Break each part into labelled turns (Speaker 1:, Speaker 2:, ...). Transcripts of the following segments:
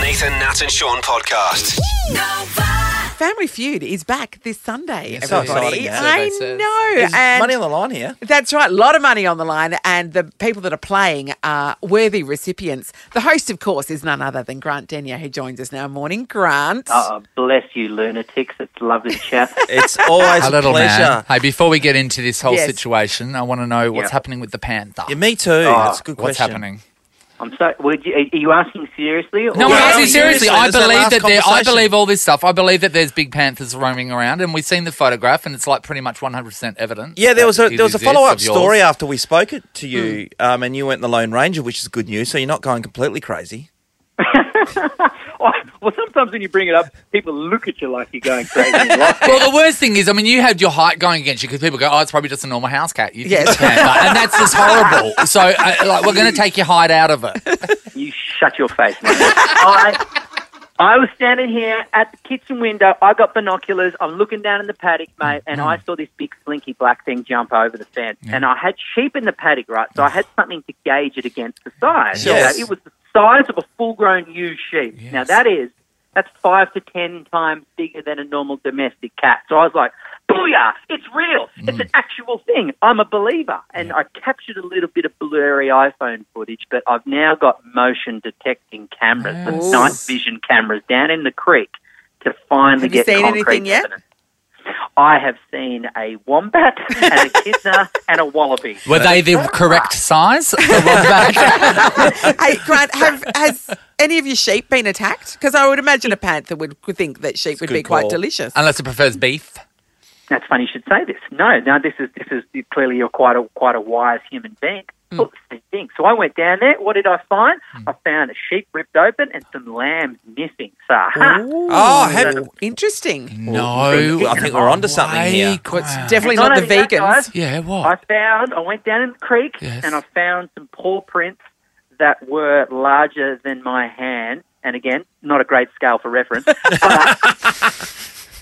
Speaker 1: Nathan, Nat, and Sean podcast.
Speaker 2: Family Feud is back this Sunday,
Speaker 3: Yes, so
Speaker 2: everybody.
Speaker 3: exciting, yeah.
Speaker 2: I
Speaker 3: Survey says.
Speaker 2: know.
Speaker 3: There's
Speaker 2: and
Speaker 3: money on the line here.
Speaker 2: That's right. A lot of money on the line, and the people that are playing are worthy recipients. The host, of course, is none other than Grant Denier, who joins us now. Morning, Grant.
Speaker 4: Oh, bless you, lunatics. It's lovely to chat.
Speaker 5: Eh.
Speaker 3: It's always
Speaker 5: a
Speaker 3: a
Speaker 5: little
Speaker 3: pleasure.
Speaker 5: man. Hey, before we get into this whole
Speaker 2: Yes.
Speaker 5: situation, I want to know what's
Speaker 4: Yeah.
Speaker 5: happening with the Panther.
Speaker 3: Yeah, me too. That's a good
Speaker 5: what's
Speaker 3: question.
Speaker 5: happening?
Speaker 4: I'm sorry. Would you, are you asking seriously?
Speaker 5: No,
Speaker 3: Well,
Speaker 5: I'm
Speaker 3: no,
Speaker 5: asking seriously.
Speaker 3: seriously,
Speaker 5: I
Speaker 3: that's our
Speaker 5: believe
Speaker 3: last
Speaker 5: that there. I
Speaker 3: conversation.
Speaker 5: believe all this stuff. I believe that there's big panthers roaming around, and we've seen the photograph, and it's like pretty much 100 percent evidence.
Speaker 3: Yeah, there was a
Speaker 5: that it
Speaker 3: there was a
Speaker 5: exists
Speaker 3: follow up
Speaker 5: of yours.
Speaker 3: story after we spoke it to you, um, and you went the Lone Ranger, which is good news. So you're not going completely crazy.
Speaker 4: Oh, well, sometimes when you bring it up, people look at you like you're going crazy. and laugh.
Speaker 5: Well, the worst thing is, I mean, you had your height going against you because people go, "Oh, it's probably just a normal house cat." You think
Speaker 2: Yes.
Speaker 5: it's a panther, and that's just horrible. So, uh, like, we're going to take your height out of it.
Speaker 4: you shut your face, man. I, I was standing here at the kitchen window. I got binoculars. I'm looking down in the paddock, mate, and
Speaker 5: Mm.
Speaker 4: I saw this big slinky black thing jump over the fence. And I had sheep in the paddock, right? So I had something to gauge it against the size. So
Speaker 3: Yes.
Speaker 4: it was the size of a full-grown ewe sheep. Now
Speaker 5: Yes.
Speaker 4: that is that's five to ten times bigger than a normal domestic cat. So I was like, booyah, it's real. It's
Speaker 2: Mm.
Speaker 4: an actual thing. I'm a believer. And I captured a little bit of blurry iPhone footage, but I've now got motion detecting cameras,
Speaker 5: Yes.
Speaker 4: the night vision cameras down in the creek to finally
Speaker 2: Have you
Speaker 4: get
Speaker 2: seen
Speaker 4: concrete
Speaker 2: anything yet?
Speaker 4: evidence. I have seen a wombat and a kidna and a wallaby.
Speaker 5: Were they the correct size? The wombat?
Speaker 2: hey, Grant, have, has any of your sheep been attacked? Because I would imagine a panther would could think that sheep would
Speaker 3: good
Speaker 2: be quite
Speaker 3: call. Uh,
Speaker 2: delicious.
Speaker 5: Unless it prefers beef.
Speaker 4: That's funny you should say this. No, now this is this is clearly you're quite a quite a wise human being.
Speaker 2: Hmm.
Speaker 4: Look, same thing. So I went down there. What did I find? I found a sheep ripped open and some lambs missing. So ha,
Speaker 3: Oh, have,
Speaker 2: Interesting.
Speaker 5: No,
Speaker 3: I think we're
Speaker 5: Oh,
Speaker 3: onto something
Speaker 5: way,
Speaker 3: here.
Speaker 5: Grant.
Speaker 2: It's definitely
Speaker 4: Not
Speaker 2: not the
Speaker 4: only that,
Speaker 2: vegans.
Speaker 4: guys.
Speaker 5: Yeah,
Speaker 4: I
Speaker 5: what?
Speaker 4: found. I went down in the creek
Speaker 5: Oh. Yes.
Speaker 4: and I found some paw prints that were larger than my hand. And again, not a great scale for reference, but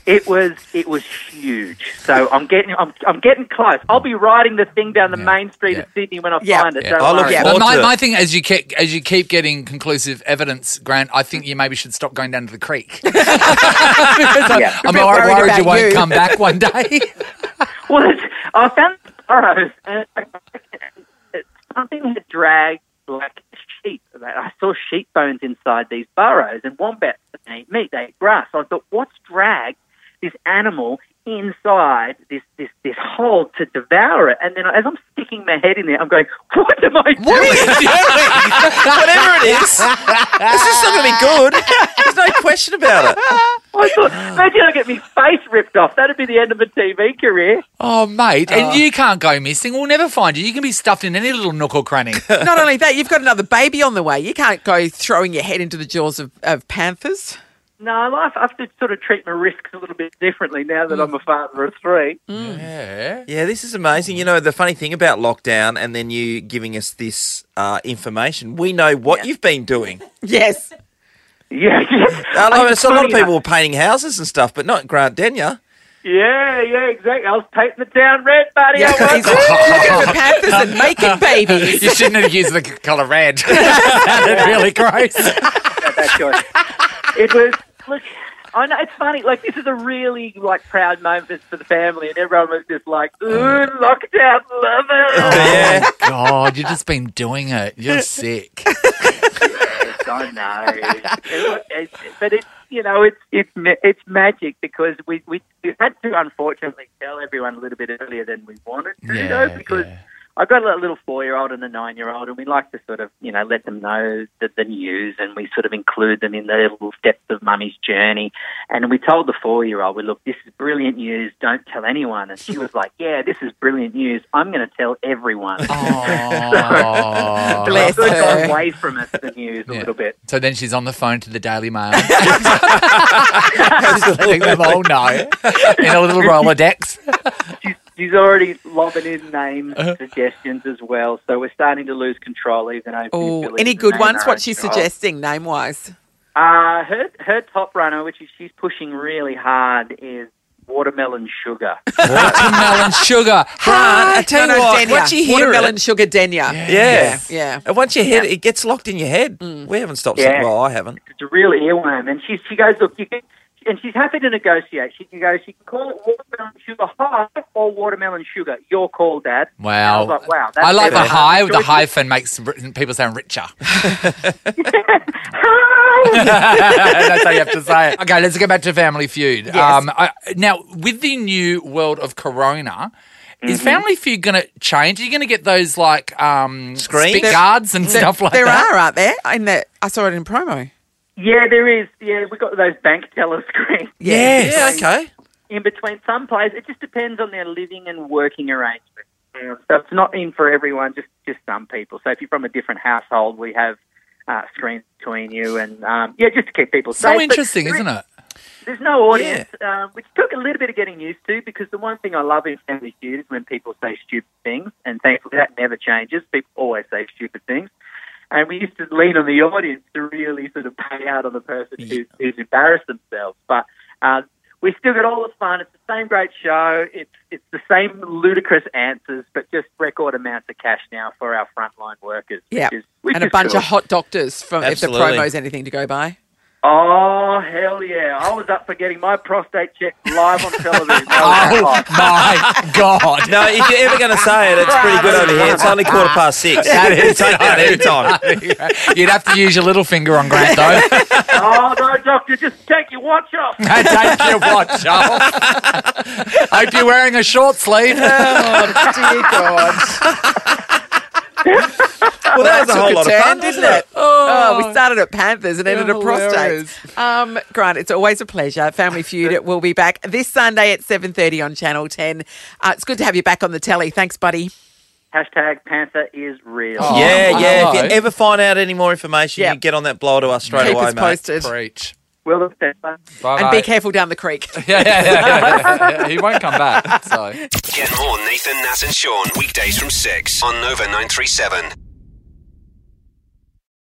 Speaker 4: it was it was huge. So I'm getting I'm, I'm getting close. I'll be riding the thing down the
Speaker 5: Yeah,
Speaker 4: main street
Speaker 5: yeah.
Speaker 4: of Sydney when I
Speaker 2: Yeah.
Speaker 4: find it.
Speaker 5: Yeah.
Speaker 4: Don't
Speaker 3: I look
Speaker 4: worry.
Speaker 2: Yeah.
Speaker 3: forward
Speaker 5: But my,
Speaker 3: to it.
Speaker 5: my thing, as you keep as you keep getting conclusive evidence, Grant, I think you maybe should stop going down to the creek. Because I'm,
Speaker 4: Yeah.
Speaker 5: I'm
Speaker 2: A bit
Speaker 5: worried,
Speaker 2: worried
Speaker 5: worried you
Speaker 2: about
Speaker 5: won't
Speaker 2: you.
Speaker 5: come back one day.
Speaker 4: Well, it's, I found the burrows, and I reckon that something had dragged like sheep. Like, I saw sheep bones inside these burrows, and wombats don't eat meat; they eat grass. So I thought, what's dragged this animal inside this this this hole to devour it? And then, as I'm sticking my head in there, I'm going, "What am I doing?"
Speaker 3: whatever it is, this is not going to be good. There's no question about it.
Speaker 4: I thought, imagine I get my face ripped off. That'd be the end of a TV career.
Speaker 5: oh, mate, and you can't go missing. We'll never find you. You can be stuffed in any little nook or cranny.
Speaker 2: Not only that, you've got another baby on the way. You can't go throwing your head into the jaws of, of panthers.
Speaker 4: No, life. I have to sort of treat my risks a little bit differently now that I'm a father of three.
Speaker 5: yeah.
Speaker 3: Yeah, this is amazing. You know, the funny thing about lockdown and then you giving us this uh, information, we know what you've been doing.
Speaker 2: Yes.
Speaker 4: Yeah,
Speaker 3: I
Speaker 4: I'm
Speaker 3: mean, it's a lot of
Speaker 4: funny,
Speaker 3: people were painting houses and stuff, but not Grant Denyer.
Speaker 4: Yeah, yeah, exactly. I was painting the town red, buddy.
Speaker 2: Yeah,
Speaker 4: I was.
Speaker 2: he's looking for panthers and making babies.
Speaker 5: You shouldn't have used the colour red. That's really gross.
Speaker 4: That's yours. It was look. I know it's funny. Like this is a really like proud moment for- for the family, and everyone was just like, "Ooh, lockdown, love it."
Speaker 3: Yeah.
Speaker 5: Oh, God, you've just been doing it. You're sick.
Speaker 4: Oh, I know, It- it- but it's you know it's it's ma- it's magic because we, we we had to unfortunately tell everyone a little bit earlier than we wanted to, you know,
Speaker 5: Yeah,
Speaker 4: because
Speaker 5: yeah.
Speaker 4: I've got a little four year old and a nine year old, and we like to sort of you know let them know the, the news, and we sort of include them in the little steps of mummy's journey. And we told the four year old, we look, this is brilliant news. Don't tell anyone. And she was like, yeah, this is brilliant news. I'm going to tell everyone.
Speaker 5: Oh.
Speaker 4: So I've
Speaker 2: Bless
Speaker 4: sort of gone
Speaker 2: her.
Speaker 4: away from it, the news a
Speaker 5: Yeah.
Speaker 4: little bit.
Speaker 5: So then she's on the phone to the Daily Mail. Just letting them all know in a little Rolodex.
Speaker 4: she's, she's already lobbing in name suggestions as well. So we're starting to lose control even over. the
Speaker 2: Oh,
Speaker 4: ability
Speaker 2: any
Speaker 4: to
Speaker 2: good
Speaker 4: name
Speaker 2: ones?
Speaker 4: our
Speaker 2: What's she
Speaker 4: own child.
Speaker 2: suggesting name wise?
Speaker 4: Uh, her her top runner, which is she's pushing really hard, is watermelon sugar.
Speaker 5: Watermelon sugar.
Speaker 3: Grant, I tell
Speaker 2: no,
Speaker 3: you
Speaker 2: no,
Speaker 3: what,
Speaker 2: denia.
Speaker 3: once you hear
Speaker 2: Watermelon
Speaker 3: it,
Speaker 2: sugar denia.
Speaker 3: yeah,
Speaker 2: Yeah.
Speaker 3: And once you hear it, it gets locked in your head. We haven't stopped
Speaker 4: Yeah.
Speaker 3: saying, well, I haven't.
Speaker 4: it's a real earworm. And she she goes, look, you can, and she's happy to negotiate. She can go, she can call it watermelon sugar high or watermelon sugar. Your call, Dad. And I
Speaker 5: Wow.
Speaker 4: was like, wow.
Speaker 5: I like the
Speaker 4: that's-
Speaker 5: high. The
Speaker 4: Joyce-
Speaker 5: hyphen makes ri- people sound richer.
Speaker 4: Hi!
Speaker 5: That's how you have to say it. Okay, let's go back to Family Feud. Um, I, now, with the new world of Corona, is Family Feud going to change? Are you going to get those like um,
Speaker 3: Screens?
Speaker 5: spit
Speaker 3: There-
Speaker 5: guards and
Speaker 2: There-
Speaker 5: stuff like
Speaker 2: there
Speaker 5: that?
Speaker 2: are, aren't there? In the, I saw it in promo.
Speaker 4: yeah, there is. Yeah, we got those bank teller screens.
Speaker 3: Yes. Yeah, okay.
Speaker 4: in between some players. It just depends on their living and working arrangement. So it's not in for everyone, just just some people. So if you're from a different household, we have uh, screens between you, and um, yeah, just to keep people
Speaker 5: So
Speaker 4: safe. But
Speaker 5: interesting,
Speaker 4: there
Speaker 5: isn't it?
Speaker 4: There's no audience, um, which took a little bit of getting used to because the one thing I love in Family Feud is when people say stupid things, and thankfully that never changes. People always say stupid things. And we used to lean on the audience to really sort of pay out on the person who's, who's embarrassed themselves. But uh, we still get all the fun. It's the same great show. It's it's the same ludicrous answers, but just record amounts of cash now for our frontline workers.
Speaker 2: Yeah.
Speaker 4: which is, which
Speaker 2: and a
Speaker 4: is
Speaker 2: bunch
Speaker 4: cool.
Speaker 2: of hot doctors from if the
Speaker 3: Absolutely.
Speaker 2: promo's anything to go by.
Speaker 4: Oh hell yeah! I was up for getting my prostate checked live on television.
Speaker 5: Oh my god!
Speaker 3: No, if you're ever going to say it, it's pretty good over here. It's only quarter past six. Take that any time.
Speaker 5: You'd have to use your little finger on Grant though.
Speaker 4: oh no, doctor, just take your watch off.
Speaker 5: And Take your watch off. Hope you're wearing a short sleeve.
Speaker 3: Well, that was a
Speaker 2: Took
Speaker 3: whole lot of
Speaker 2: turn,
Speaker 3: fun, didn't it?
Speaker 2: Oh, we started at Panthers and ended
Speaker 5: You're
Speaker 2: at prostates. Um, Grant, it's always a pleasure. Family Feud, it will be back this Sunday at 7.30 on Channel 10. Uh, it's good to have you back on the telly. Thanks, buddy.
Speaker 4: Hashtag Panther is real.
Speaker 5: Oh,
Speaker 3: yeah,
Speaker 5: I
Speaker 3: yeah. If
Speaker 5: know.
Speaker 3: you ever find out any more information,
Speaker 2: Yeah.
Speaker 3: you get on that blower to us straight
Speaker 2: Keep
Speaker 3: away,
Speaker 2: us
Speaker 3: mate.
Speaker 2: posted.
Speaker 5: Preach.
Speaker 4: Will the Panther.
Speaker 2: And be careful down the creek.
Speaker 5: Yeah, yeah, yeah, yeah, yeah. He won't come back. So.
Speaker 1: Get more Nathan, Nat, and Sean weekdays from 6 on Nova 937.